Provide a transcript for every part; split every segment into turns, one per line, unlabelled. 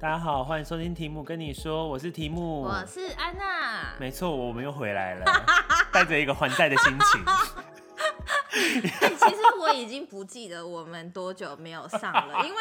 家好，欢迎收听题目跟你说，我是题目，
我是安娜。
没错，我们又回来 了，带着一个还债的心情。
哎其实我已经不记得我们多久没有 上了，因为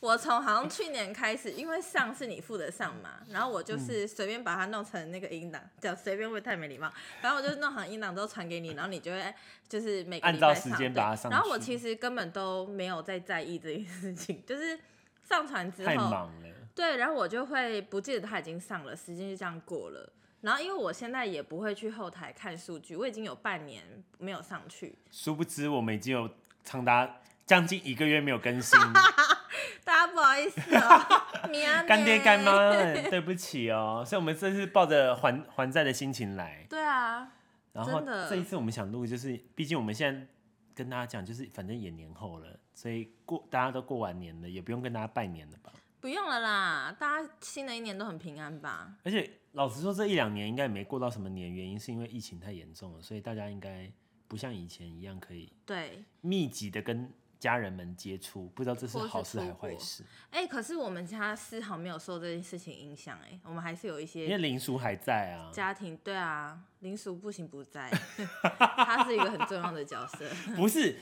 我从好像去年开始，因为上是你付得上嘛，然后我
嗯
就是随便把它弄成那个音档，讲随便会不会太没礼貌？反正我就弄好音档之后传给你，然后你就会就是每个礼拜
按照时间
对
把它上去
然后我其实根本都没有在在意这件事情， 就是上传之
太
后，
忙了，
对，然后我就会不记得它已经上了，时间就这样过了。然后因为我现在也不会去后台看数据，我已经有半年没有上去，
殊不知我们已经有长达将近一个月没有更 新，
大家不好意思 哦、明啊
干爹干。妈们，对不起哦。所以我们这次抱着还还债的心情来，
对啊，
然后
真的
这一次我们想录，就是毕竟我们现在跟大家讲，就是反正也年后了，所以过大家都过完年了，也不用跟大家拜年了吧。
不用了啦，大家新的一年都很平安吧？
而且老实说，这一两年应该也没过到什么年，原因是因为疫情太严重了，所以大家应该不像以前一样可以
对，
密集的跟家人们接触，不知道这是
或是
好事
出
还
国
坏事。
哎、可是我们家丝毫没有受这件事情影响，哎，我们还是有一
因为
些
林叔还在啊，
家庭，对啊，林叔不行不在， 他是一个很重要的角色，
不是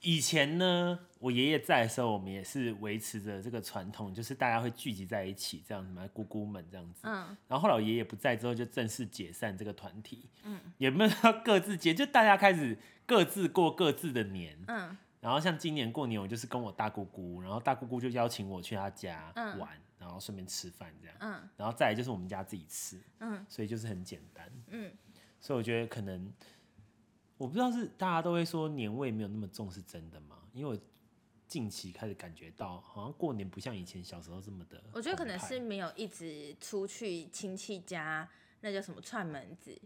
以前呢，我爷爷在的时候，我们也是维持着这个传统，就是大家会聚集在一起，这样子嘛，姑姑们这样子。
嗯，
然后后来我爷爷不在之后，就正式解散这个团体，嗯，也没有要各自结，就大家开始各自过各自的年，
嗯，
然后像今年过年，我就是跟我大姑姑，然后大姑姑就邀请我去她家
嗯
玩，然后顺便吃饭这样，
嗯，
然后再来就是我们家自己吃，
嗯，
所以就是很简单，
嗯，
所以我觉得可能我不知道是大家都会说年味没有那么重是真的吗？因为我近期开始感觉到，好像过年不像以前小时候这么的澎湃，
我觉得可能是没有一直出去亲戚家，那叫什么串门子，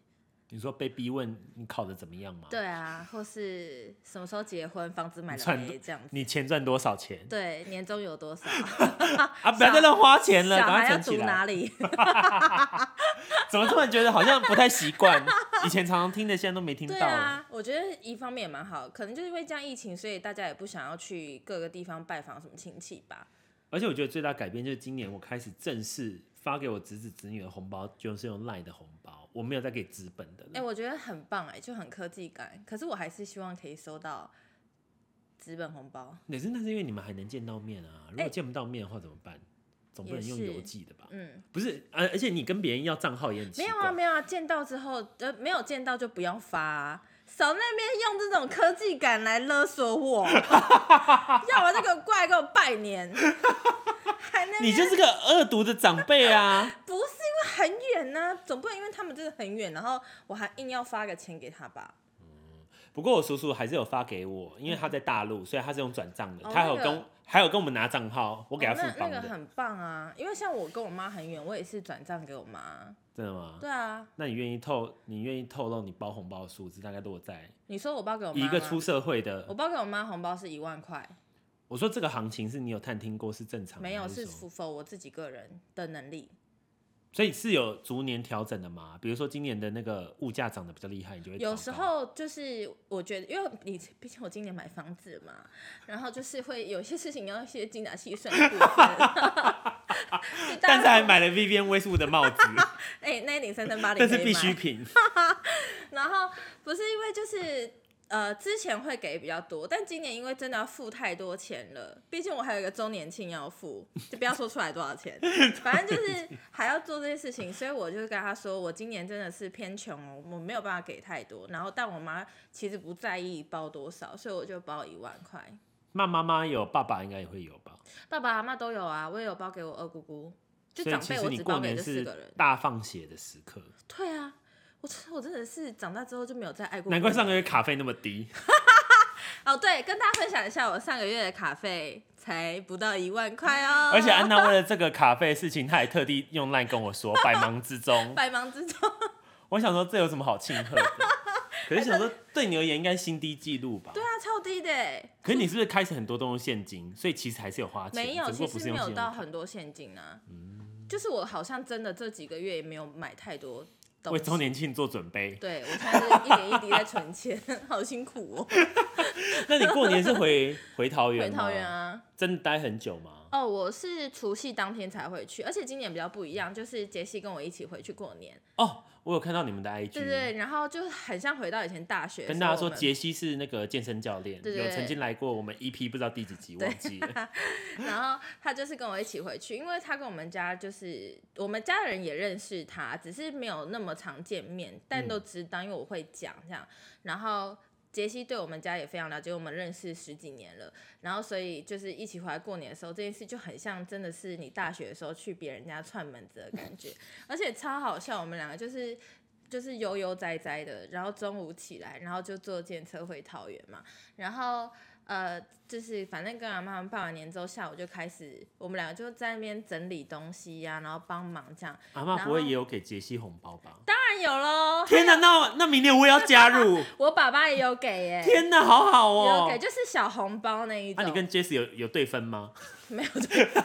你说被逼问你考的怎么样吗？
对啊，或是什么时候结婚，房子买了
串
没这样子。
哦你钱赚多少钱
对，年终有 多少？
啊？不要再乱花钱了，
小
赶快
孩要
存
读
起来。
哪里？
怎么突然觉得好像不太习 惯？以前常常听的，现在都没听
对
到了。
啊，我觉得一方面也蛮好，可能就是因为这样疫情，所以大家也不想要去各个地方拜访什么亲戚吧。
而且我觉得最大改变就是今年我开始正式发给我侄子侄女的红包，就是用 LINE 的红包，我没有再给纸本的
哎、
了。
我觉得很棒哎、就很科技感。可是我还是希望可以收到纸本红包。
可是那是因为你们还能见到面啊，如果
哎
见不到面的话怎么办？总不能用
也是
邮寄的吧？
嗯，
不是，而、而且你跟别人要账号也很奇
没
怪。
有啊，没有啊，见到之后呃没有见到就不要发、啊，少在那边用这种科技感来勒 索我，要啊么就给我过来给我拜年，还那边
你就是个恶毒的长辈啊！
不是因为很远呐、总不能因为他们真的很远，然后我还硬要发个钱给他吧？
不过我叔叔还是有发给我，因为他在大陆，所以他是用转账的。
哦
他还有
那
跟、
个
还有跟我们拿账号，我给他
哦
付
那
帮
那
的。
个很棒啊，因为像我跟我妈很远，我也是转账给我妈。
真的吗？
对啊，
那你愿意透你愿意透露你包红包的数字大概落在
你说我包给我妈
以
吗，
一个出社会
我
的？
包给我妈红包是一万块，
我说这个行情是你有探听过是正常的，
没有
还
是
是什么
符否我自己个人的能力。
所以是有逐年调整的嘛？比如说今年的那个物价涨得比较厉害，你就会
有
调
时
高
候就是我觉得，因为你毕竟我今年买房子嘛，然后就是会有些事情要一些精打细算的部 分。就大家
但是还买了 Vivian Westwood 的帽子，
哎、 那一顶三三八
这
零，
是必需品。
然后不是因为就是呃，之前会给比较多，但今年因为真的要付太多钱了，毕竟我还有一个周年庆要付，就不要说出来多少 钱，反正就是还要做这些事情，所以我就跟他说，我今年真的是偏穷哦，我没有办法给太多。然后但我妈其实不在意包多少，所以我就包一万块。
那妈妈有，爸爸应该也会有吧？
爸爸、妈妈都有啊，我也有包给我二姑姑，就
所以
长
其
辈
实
我
你
只
过
包给
年
这四
是
个人。
大放血的时刻，
对啊，我我真的是长大之后就没有再爱过过年了。
难怪上个月卡费那么 低。
哦，对，跟大家分享一下，我上个月的卡费才不到一万块哦，
而且安娜为了这个卡费的事情，她还特地用 LINE 跟我说，百忙之中，
百忙之中，
我想说这有什么好庆贺 的？可是想说对你而言应该新低纪录吧？
对啊，超低的耶，
可是你是不是开始很多都用现金，所以其实还是有花钱，
没有，
只不过
其
不是
实
用
没
信用
有到
卡。嗯
很多现金啊，就是我好像真的这几个月也没有买太多东
为
西。
周年庆做准备。
对我现在是一点一滴在存钱， 好辛苦哦。
那你过年是 回回桃园？
回桃园！啊，
真的待很久吗？
哦，我是除夕当天才回去，而且今年比较不一样，就是杰西跟我一起回去过年，
哦，我有看到你们的 IG，
对对，然后就很像回到以前大学。
跟大家
所以
说
我们
杰西是那个健身教练，
对对
有
对
曾经来过我们 EP 不知道第几集
对
忘记 了。
然后他就是跟我一起回去，因为他跟我们家就是我们家人也认识他，只是没有那么常见面，但都知道，因为我会讲这样。然后杰西对我们家也非常了解，我们认识十几年了，然后所以就是一起回来过年的时候，这件事就很像真的是你大学的时候去别人家串门子的感觉，而且超好笑，我们两个就是。就是悠悠哉哉的，然后中午起来，然后就坐电车回桃园嘛，然后呃，就是反正跟阿妈他们拜完年之后，下午就开始，我们两个就在那边整理东西呀、然后帮忙这样。
阿妈
然
不会
后
也有给杰西红包吧？
当然有喽，
天哪，那那明年我也要加 入！
我爸爸也有给耶、
天哪，好好
哎也有
哦
给，！就是小红包那一
啊，
种。
你跟 Jesse 有有对分吗？
没有对分，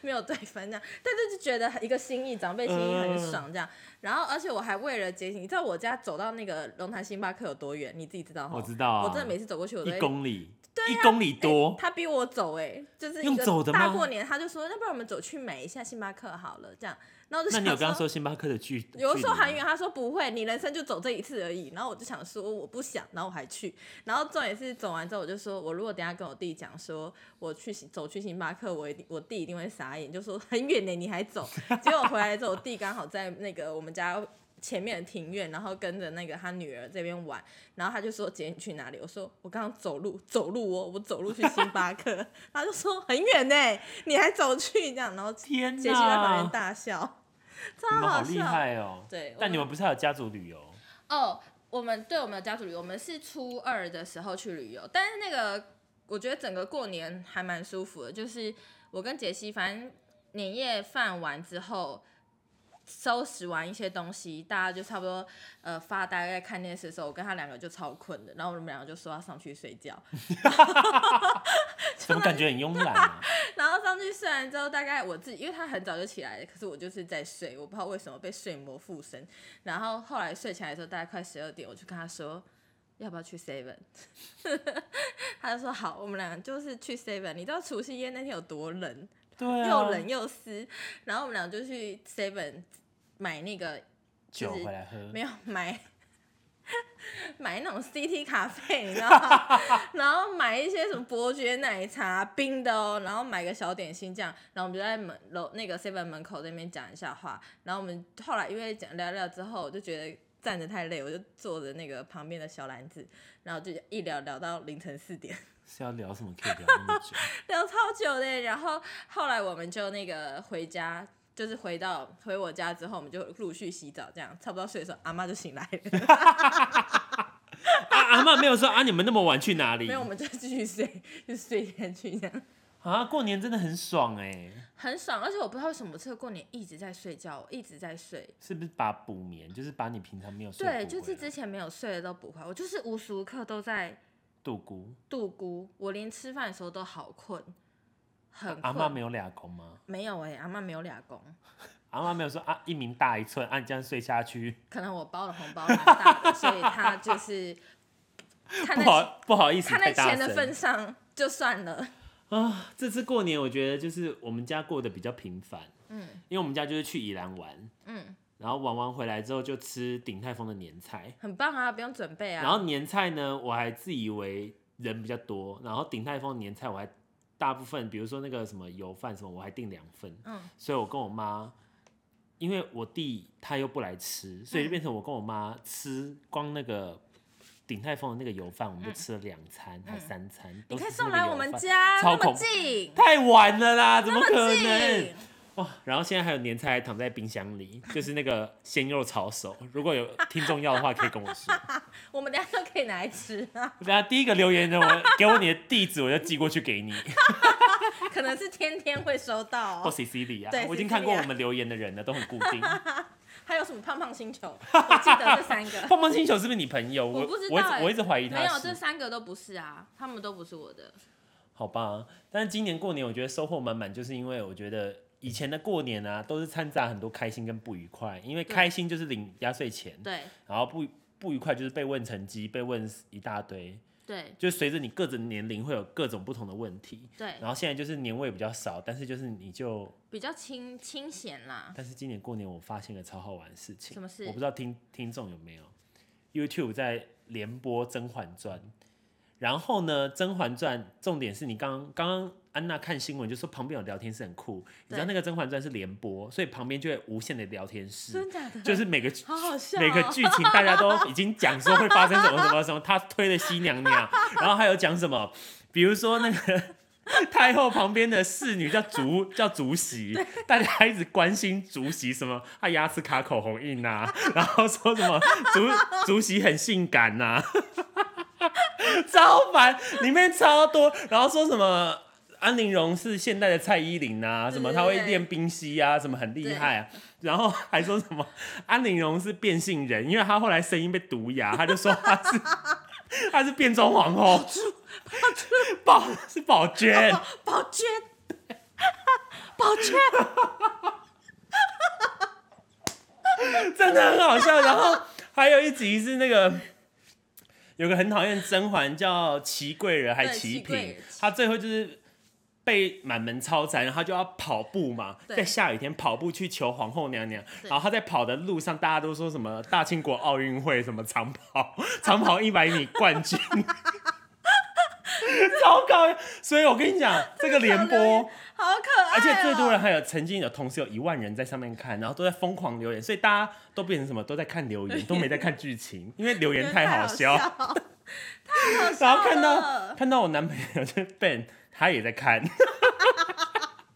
没有对分这样，但是就觉得一个心意，长辈心意
嗯
很爽这样。然后，而且我还为了杰西，你知道我家走到那个龙潭星巴克有多远？你自己知道哈？
我知道啊
我真的每次走过去，我都
一
会
公里，一公里
欸
多，
他逼我走哎、就是一
用
个
走的
大
吗
过年他就说，要不然我们走去买一下星巴克好了，这样。然后哎我就
那
想
你有跟他说星巴克的距？
有
距
时候
离吗
韩语，他说不会，你人生就走这一次而已。然后我就想说我不想，然后我还去。然后重点是走完之后，我就说我如果等一下跟我弟讲说我去走去星巴克，我一定我弟一定会傻眼，就说很远呢，你 还走。结果回来之后，我弟刚好在那个我们家。前面的庭院，然后跟着那个他女儿这边玩，然后他就说：“姐，你去哪里？”我说：“我刚刚走路，走路哦，我走路去星巴克。” 他就说：“很远呢，你还走去这样。”然后杰
天
西在旁边
哪，
大笑，超
你们好
好
厉
笑。
害哦！
对我
但
们
你们不是还有家族旅游？
哦，我们对我们的家族旅游，我们是初二的时候去旅游，但是那个我觉得整个过年还蛮舒服的，就是我跟杰西，反正年夜饭完之后。收拾完一些东西，大家就差不多呃发呆在看电视的时候，我跟他两个就超困的，然后我们两个就说要上去睡觉，
怎么感觉很慵懒啊？
然后上去睡完之后，大概我自己，因为他很早就起来了，可是我就是在睡，我不知道为什么被睡魔附身。然后后来睡起来的时候，大概快十二点，我就跟他说要不要去 Seven，他就说好，我们两个就是去 Seven。你知道除夕夜那天有多冷，
对啊，
又冷又湿，然后我们俩就去 Seven 买那个
酒
就是
回来喝，
没有买 买那种 CT 咖啡，你知道吗？然后买一些什么伯爵奶茶冰的哦，然后买个小点心这样，然后我们就在门楼那个 seven 门口那边讲一下话，然后我们后来因为讲聊聊之后，我就觉得。站着太累，我就坐着那个旁边的小篮子，然后就一聊聊到凌晨四点，
是要聊什么可以聊那么久？
聊超久的。然后后来我们就那个回家，就是回到回我家之后，我们就陆续洗澡，这样差不多睡的时候，阿妈就醒来了。
啊，阿妈没有说啊，你们那么晚去哪里
没？有，我们就继续睡，就睡下去这样，
啊，过年真的很爽哎、
很爽。而且我不知道为什么这个过年一直在睡觉，我一直在睡。
是不是把补眠，就是把你平常没有睡
对，
补
就是
回来
之前没有睡的都补回来，我就是无时无刻都在
度孤？
度孤，我连吃饭的时候都好困，很
啊阿
困。
妈没有俩公吗？
没有哎、阿妈没有俩公，
阿妈没有说啊，一名大一寸，啊，你这样睡下去，
可能我包的红包蛮大的，所以她就是 看
不
在
好不好意思，
看在
太大
钱的
声
份上就算了。
啊。这次过年我觉得就是我们家过得比较平凡，
嗯
因为我们家就是去宜兰玩，
嗯，
然后玩完回来之后就吃鼎泰丰的年菜，
很棒啊，不用准备
然
啊。
后年菜呢，我还自以为人比较多，然后鼎泰丰年菜我还大部分，比如说那个什么油饭什么，我还订两份，
嗯
所以我跟我妈，因为我弟他又不来吃，所以
嗯
就变成我跟我妈吃光那个鼎泰丰的那个油饭，我们就吃了两餐、还三餐，
嗯
都
你可以
是吃那
送
个
来
油
我们
饭，
家，
超
那么
恐怖
近，
太晚了啦，怎
那
么可能
么近？。
哇、然后现在还有年菜还躺在冰箱里， 就是那个鲜肉炒手，如果有听众要的话，可以跟我 说。
我们等一下都可以拿来吃啊，
等下第一个留言的我，给我你的地址，我就寄过去给 你。
可能是天天会收到、
或
哦。
C C 里啊
对，
我已经看过
Cecilia
我们留言的人了，都很固 定。
还有什么胖胖星球？我记得这三 个，
棒棒星球是不是你朋友？我
我不知道
我一直
欸
我一直怀疑
没
他嗯
有
是
这。三个都不是啊，他们都不是我的。
好吧，但是今年过年我觉得收获满满，就是因为我觉得以前的过年啊，都是掺杂很多开心跟不愉快，因为
对
开心就是领压岁钱，
对
然后不不愉快就是被问成绩，被问一大堆，
对
就随着你各种年龄会有各种不同的问题。
对，
然后现在就是年味比较少，但是就是你就，
比较清清闲啦。
但是今年过年我发现个超好玩的事情，
什么事
我不知道听听众有没有，YouTube 在连播《甄嬛传》，然后呢，《甄嬛传》重点是你刚刚刚安娜看新闻就说旁边有聊天室很酷，你知道
对
那个《甄嬛传》是连播，所以旁边就会无限的聊天室，
真假的？
嗯就是每个
好好笑、哦，
每个剧情大家都已经讲说会发生什么什么什么，他推了西娘 娘，然后还有讲什么，比如说那个 太后旁边的侍女叫竹叫竹席，大家一直关心竹席什么，她牙齿卡口红印啊，然后说什么竹竹席很性感呐、啊， 超烦，里面超多，然后说什么。安陵容是现代的蔡依林啊，什么
对对
她会
对
练冰嬉啊，什么很厉
对
害啊，然后还说什么安陵容是变性人，因为她后来声音被毒哑，她就说她是她是变装皇后，宝是宝娟，
宝娟， 宝娟，
真的很好笑。然后还有一集是那个有个很讨厌甄嬛叫祺贵人还
对
祺
祺贵
嫔
人，
她最后就是。被满门抄斩，然后她就要跑步嘛，
对
在下雨天跑步去求皇后娘娘。
对
然后她在跑的路上，大家都说什么大清国奥运会什么长 跑，长跑一百米冠军， 糟糕！所以我跟你讲，这个联播
好可爱、哦。
而且最多人还有曾经有同时有一万人在上面看，然后都在疯狂留言，所以大家都变成什么都在看留 言，都没在看剧情，因为留言太好笑。
太好笑
然后看
了
到看到我男朋友就是 Ben，他也在看，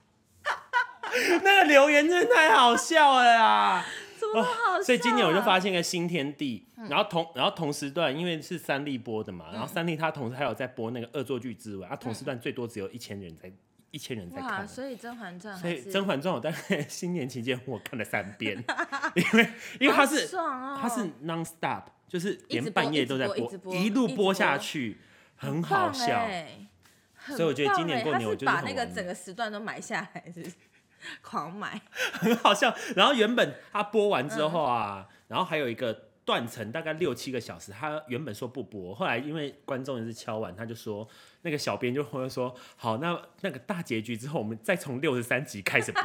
那个留言真的太好笑了啦！
怎么那么好笑啊、
哦所以今年我就发现一个新天地，然后同然后同时段，因为是三立播的嘛，然后三立它同时还有在播那个恶作剧之吻，啊，同时段最多只有一千人在一千人在
哇，
看。
所以《甄嬛传》
所以
啊还是
《甄嬛传》我大概新年期间我看了三 遍，因为因为它
好
是
爽哦、
它是 non stop，就是
一
连
直播
半夜都在
一
一
直播一直播
路
一直
播
播
下去，很好
棒
笑。
欸很棒欸，
所以我觉得今年过年我就是
欸他是把
很
那
玩
个
的
整个时段都买下来，是不是狂买。
很好笑。然后原本他播完之后啊，然后还有一个断层，大概六七个小时。他原本说不播，后来因为观众也是敲完，他就说那个小编就会说好，那那个大结局之后，我们再从六十三集开始播。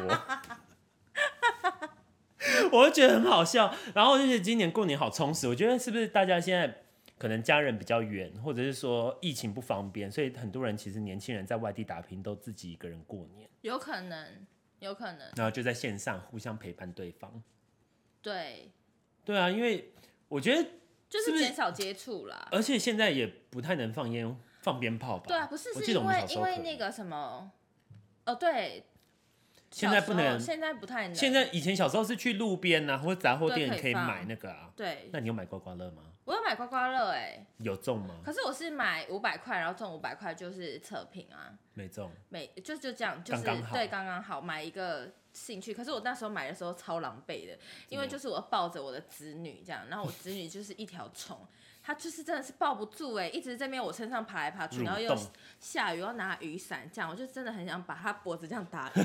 我就觉得很好笑，然后就是今年过年好充实，我觉得是不是大家现在可能家人比较远，或者是说疫情不方便，所以很多人其实年轻人在外地打拼都自己一个人过年，
有可能，有可能，
然后就在线上互相陪伴对方。
对，
对啊，因为我觉得，
就是
不
是
是
减少接触啦。
而且现在也不太能放烟、放鞭炮吧？
对啊，不是
我
是
记得我
因
们
为
小时
因
候
为
可以
那个什么，哦对，
现
小
在
时
不
候
能
现在不太能，
现在以前小时候是去路边啊，或者杂货
对
店
可以
可以
放
买那个啊。
对
那你有买刮刮乐吗？
我有买刮刮乐哎，
有中 吗？
可是我是买五百块，然后中五百块就是测评啊，
没中。
每就就这样，就是
刚刚好
对刚刚好买一个兴趣。可是我那时候买的时候超狼狈的，因为就是我抱着我的子女这样，然后我子女就是一条虫，它就是真的是抱不住哎、一直在那边我身上爬来爬去，
蠕
然后又
动
下雨，又拿雨伞这样，我就真的很想把它脖子这样打 晕，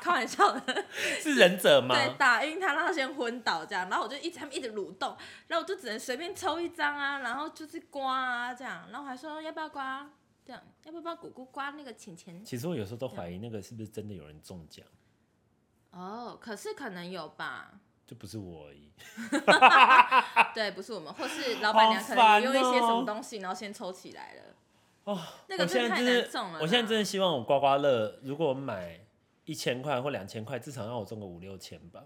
开玩笑的。
是忍者吗？
对，打晕他，让他先昏倒这样，然后我就一直他们一直蠕动，然后我就只能随便抽一张啊，然后就是刮啊这样，然后我还说要不要刮，这样要不要帮姑姑刮那个钱钱？
其实我有时候都怀疑那个是不是真的有人中奖，
哦，可是可能有吧，
就不是我而 已。
对，不是我们，或是老板娘
啊好
可能
烦
用一些什
哦
么东西，然后先抽起来了。
哦，
那个
我现
真
在
的太
真
难
是
中了，啦。
我现在真的希望我刮刮乐，如果我买一千块或两千块，至少让我中个五六千吧。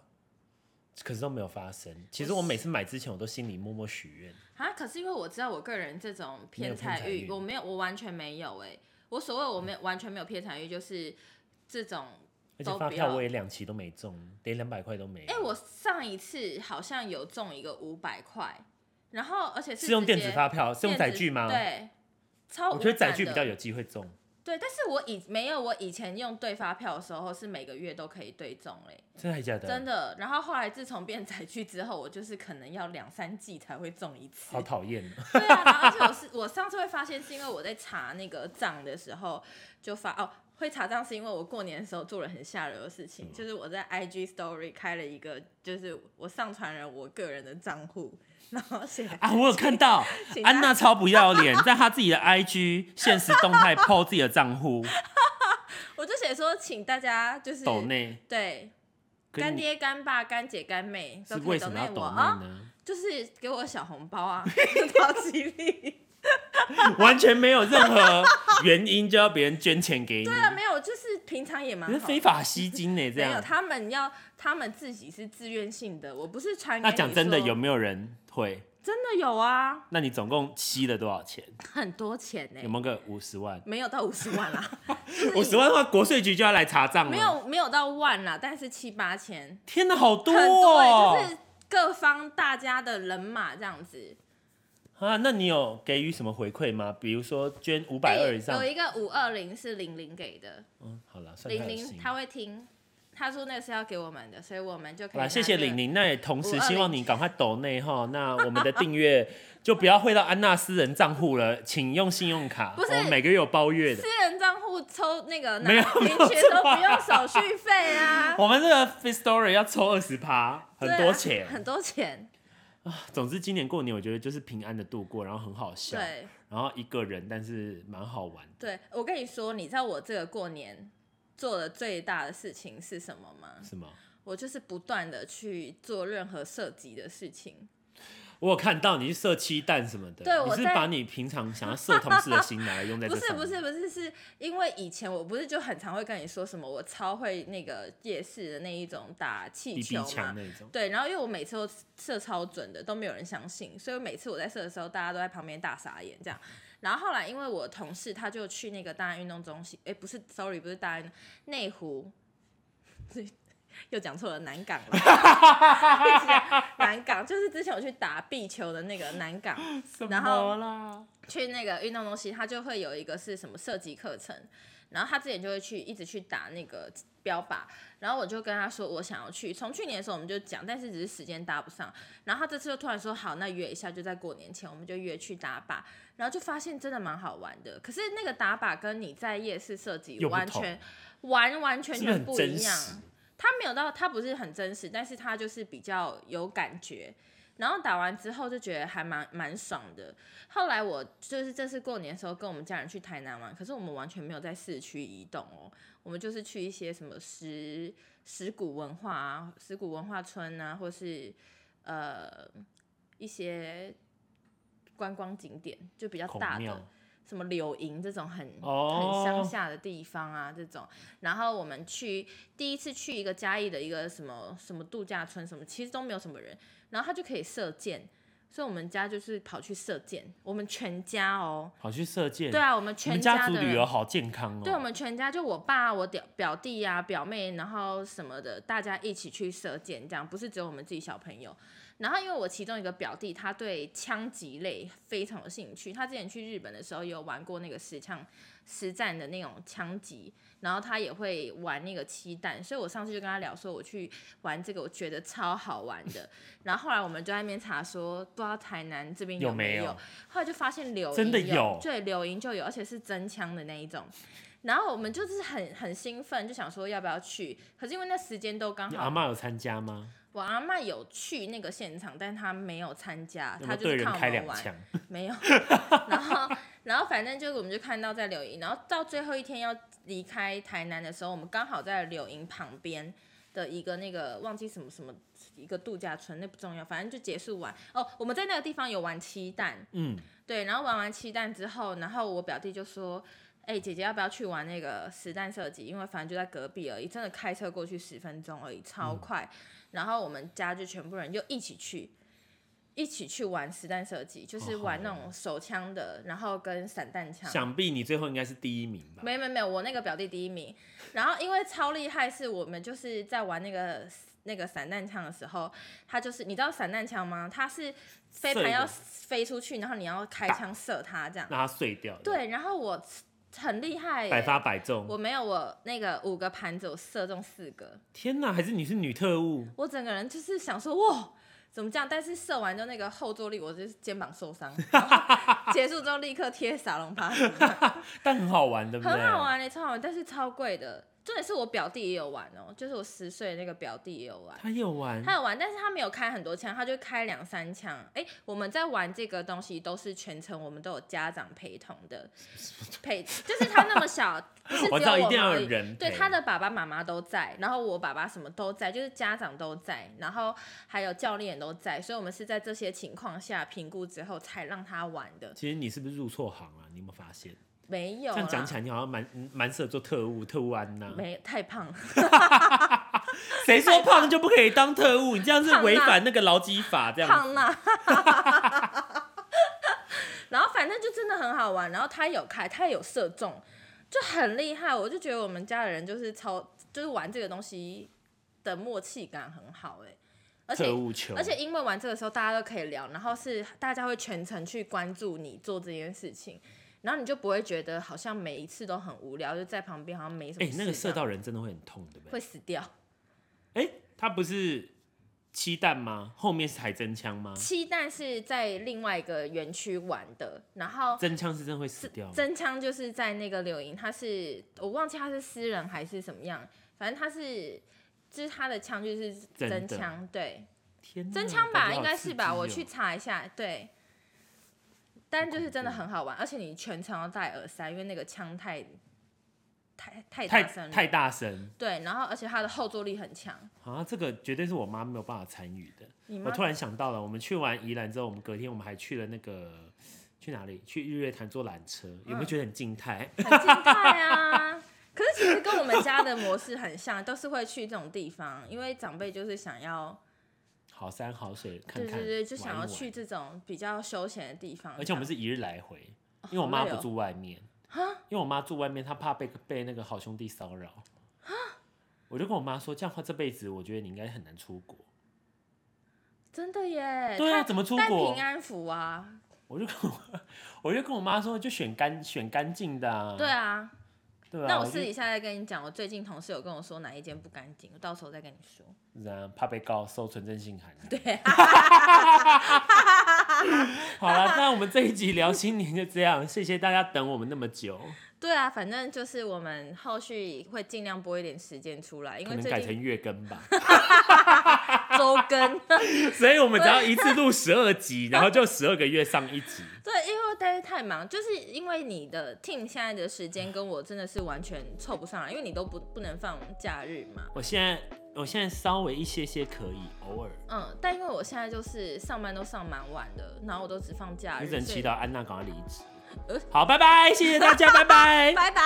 可是都没有发生。其实我每次买之前，我都心里默默许愿。
啊，可是因为我知道我个人这种偏财
没有偏财
运
运，
我没有，我完全没有哎、我所谓我没有完全没有偏财运，就是这种
而且
都
发
不
票
要
我。也两期都没中，连两百块都没有。
哎、我上一次好像有中一个五百块，然后而且
是用
直接
电子发票，是用
电
载
子
具吗？，哦
对，超
我觉得
载
载具比较有机会中。
对，但是我以没有我以前用对发票的时候是每个月都可以对中欸嘞、
真的还假的？
真的。然后后来自从变宅去之后，我就是可能要两三季才会中一次
好。讨 厌哦。
对啊，然后而且我是我上次会发现是因为我在查那个账的时候就发哦，会查账是因为我过年的时候做了很下流的事情，
嗯
就是我在 IG Story 开了一个，就是我上传了我个人的账户，然后写
啊，我有看到
请大家
安娜超不要 脸，在她自己的 IG 现实动态 PO 自己的账户
我就写说，请大家就是
抖内，
对
跟
干
你
爹、干爸、干姐、干妹
是
都可
为
以
什么
内
要抖
我
内
啊，
呢？
就是给我小红包啊，超吉利。
完全没有任何原因就要别人捐钱给你，
对啊，没有，就是平常也蛮
你是
好
非
的。
法吸金呢，这
没有，
样。
他们要他们自己是自愿性的，我不是传给
那
你
讲真的，
说
有没有人会？
真的有啊，
那你总共吸了多少钱？
很多钱呢、
有没有个五十万？
没有到五十万啦，
五十万的话，国税局就要来查账了。
没，有没有到万啦，但是七八千，
天哪，好多
很多、
哦！
欸，就是各方大家的人马这样子。
啊，那你有给予什么回馈吗？比如说捐五百
哎
二以上
有？一个五二零是玲玲给的，
嗯，好了，算他
玲
有
玲
心。
她会听，她说那是要给我们的，所以我们就可
好
以拿
啦，
这
谢
个。
谢玲玲。那也同时
520
希望你赶快抖内哈，那我们的订阅就不要汇到安娜私人账户了，请用信用卡，
不是
我每个月有包月的
私。人账户抽那个拿
没有没
领
有
取都
这么，
不用手续费啊
我们这个 Fit Story 要抽二十趴，很
对啊
多钱。
很多钱，
总之今年过年我觉得就是平安的度过，然后很好 笑，
对。
然后一个人但是蛮好玩的。
对，我跟你说，你知道我这个过年做的最大的事情是什么吗？
是吗？
我就是不断的去做任何涉及的事情。
我有看到你是射七蛋什么的，
对我
你是
在
把你平常想要射同事的心拿来用在这
不
上
是
面。
不是不是，是因为以前我不是就很常会跟你说什么，我超会那个夜市的那一种打气
BB
球
枪
嘛。
那种。
对，然后因为我每次都射超准的，都没有人相信，所以每次我在射的时候，大家都在旁边大傻眼这样。然后后来因为我同事他就去那个大安运动中心，哎，不是，sorry，不是大安运动内湖，又讲错了南港了， 一直讲南港就是之前我去打壁球的那个南港，然后
啦？
去那个运动中心，他就会有一个是什么射击课程，然后他之前就会去一直去打那个标靶，然后我就跟他说我想要去，从去年的时候我们就讲，但是只是时间搭不上，然后他这次又突然说好，那约一下，就在过年前我们就约去打靶，然后就发现真的蛮好玩的，可是那个打靶跟你在夜市射击
又不
完
同
全完完全
是不是
全
很
不
真
一样。
实？
他没有到，他不是很真实，但是他就是比较有感觉。然后打完之后就觉得还蛮蛮爽的。后来我就是这次过年的时候跟我们家人去台南玩，可是我们完全没有在市区移动哦，我们就是去一些什么石石鼓文化啊、石鼓文化村啊，或是呃一些观光景点，就比较
孔
大
庙
的。什么柳营这种很、
哦
很乡下的地方啊，这种。然后我们去第一次去一个嘉义的一个什么什么度假村什么，其实都没有什么人，然后他就可以射箭，所以我们家就是跑去射箭，我们全家哦，
跑去射箭。
对啊，我们
你们
全
家族
的
旅
人
游好健康哦。
对我们全家，就我爸、我表表弟啊、表妹，然后什么的，大家一起去射箭，这样不是只有我们自己小朋友。然后因为我其中一个表弟，他对枪击类非常有兴趣，他之前去日本的时候有玩过那个实枪实战的那种枪击，然后他也会玩那个气弹，所以我上次就跟他聊说我去玩这个，我觉得超好玩的。然后后来我们就在那边查说，不知道台南这边
有
没
没有
后来就发现柳营
真的有
有，对，柳营就有，而且是真枪的那一种。然后我们就是很很兴奋，就想说要不要去，可是因为那时间都刚
你阿
好，
嬷有参加吗？
我阿嬷有去那个现场，但她没有参加，
有没
她
有
就
对人
是看我
开
们
两
玩，
枪？
没有。然后，然后反正就我们就看到在柳营，然后到最后一天要离开台南的时候，我们刚好在柳营旁边的一个那个忘记什么什么一个度假村，那不重要，反正就结束玩。哦，我们在那个地方有玩七蛋，
嗯，
对，然后玩完七蛋之后，然后我表弟就说。哎、姐姐要不要去玩那个实弹射击？因为反正就在隔壁而已，真的开车过去十分钟而已，
嗯
超快。然后我们家就全部人就一起去，一起去玩实弹射击，就是
好好
玩那
哦
种手枪的，然后跟散弹枪。
想必你最后应该是第一名吧？
没没没有，我那个表弟第一名。然后因为超厉害，是我们就是在玩那个那个散弹枪的时候，他就是你知道散弹枪吗？它是飞
射一
盘
个
要飞出去，然后你要开枪射它这样。
让它碎掉。，
对，然后我很厉害耶、
百发百中。
我没有我那个五个盘子，我射中四个，
天哪，还是你是女特务？
我整个人就是想说哇。怎么这样？但是射完之后那个后坐力，我就是肩膀受伤，然后结结束之后立刻贴沙龙 pass，
但很好玩，对不对？
很好玩欸嘞、超好玩，但是超贵的。重点是我表弟也有玩哦、就是我十岁的那个表弟也有玩，
他也有玩
他，有玩，但是他没有开很多枪，他就开两三枪。哎、我们在玩这个东西都是全程我们都有家长陪同的，陪就是他那 么小，不是只有
我知道一定要
而
有
已。
人
对，
陪
他的爸爸妈妈都在，然后我爸爸什么都在，就是家长都在，然后还有教练也都在，所以我们是在这些情况下评估之后才让他玩的。
其实你是不是入错行啊了、你有没有发现？
没有啊
这样讲
啦
起，来，你好像蛮嗯蛮适合做特务，特务安娜。
没太胖，
谁说胖就不可以当特务？你这样是
胖娜
违反那个劳基法，这样子。
胖啦。 然后反正就真的很好玩，然后他有开，他有射中，就很厉害。我就觉得我们家的人就是超，就是玩这个东西的默契感很好哎、而且
特务球，
而且因为玩这个时候大家都可以聊，然后是大家会全程去关注你做这件事情，然后你就不会觉得好像每一次都很无聊，就在旁边好像没什么
哎、
事这样。
那个射到人真的会很痛，对不对？
啊会死掉。
哎、他不是七弹吗？后面是海真枪吗？
七蛋是在另外一个园区玩的，然后
真枪是真的会死掉吗，
真枪就是在那个柳营，他是我忘记他是私人还是什么样，反正他是，就是他的枪就是
真的嗯
真枪，对，
天哪
真枪吧，
感觉好
应该
刺
是吧，
激
我
哦
去查一下，对。但就是真的很好玩，而且你全程要戴耳塞，因为那个枪太太太
太
大声
太
了，
大声
对，然后而且它的后坐力很强，
啊！这个绝对是我妈没有办法参与的。
你
我
妈
突然想到了，我们去完宜兰之后，我们隔天我们还去了那个去哪里？去日月潭坐缆车，有没
嗯
有觉得很静态？哎
很静态啊。可是其实跟我们家的模式很像，都是会去这种地方，因为长辈就是想要，
好山好水，看
对
看
对对，就想
玩
要
一玩
去这种比较休闲的地方。
而且我们
这
是
样
一日来回，因为我妈
好累
不
哦
住外面，因为我妈住外面，她怕被被那个好兄弟骚扰。我就跟我妈说，这样的话这辈子我觉得你应该很难出国。
真的耶，
对啊，
带
怎么出
带
国
平？安符啊，
我就跟我 我就跟我妈说，就选干选干净的、啊。
对啊。
对啊，
那我
就
私底下再跟你讲，我最近同事有跟我说哪一间不干净，我到时候再跟你说。
是啊，怕被告收存证信函。
对啊，
好了，那我们这一集聊新年就这样，谢谢大家等我们那么久，
对啊，反正就是我们后续会尽量拨一点时间出来，因
可
为
能
最
改成
近
月更吧。
周更。
所以我们只要一次录十二集，然后就十二个月上一集。
对，因为大家太忙，就是因为你的 team 现在的时间跟我真的是完全凑不上来，因为你都不不能放假日嘛。
我现在我现在稍微一些些可以，偶尔。
嗯，但因为我现在就是上班都上蛮晚的，然后我都只放假
你
日，
只能
哎所
祈
以
祷安娜赶快离职
呃。
好，拜拜，谢谢大家，拜拜。
拜拜。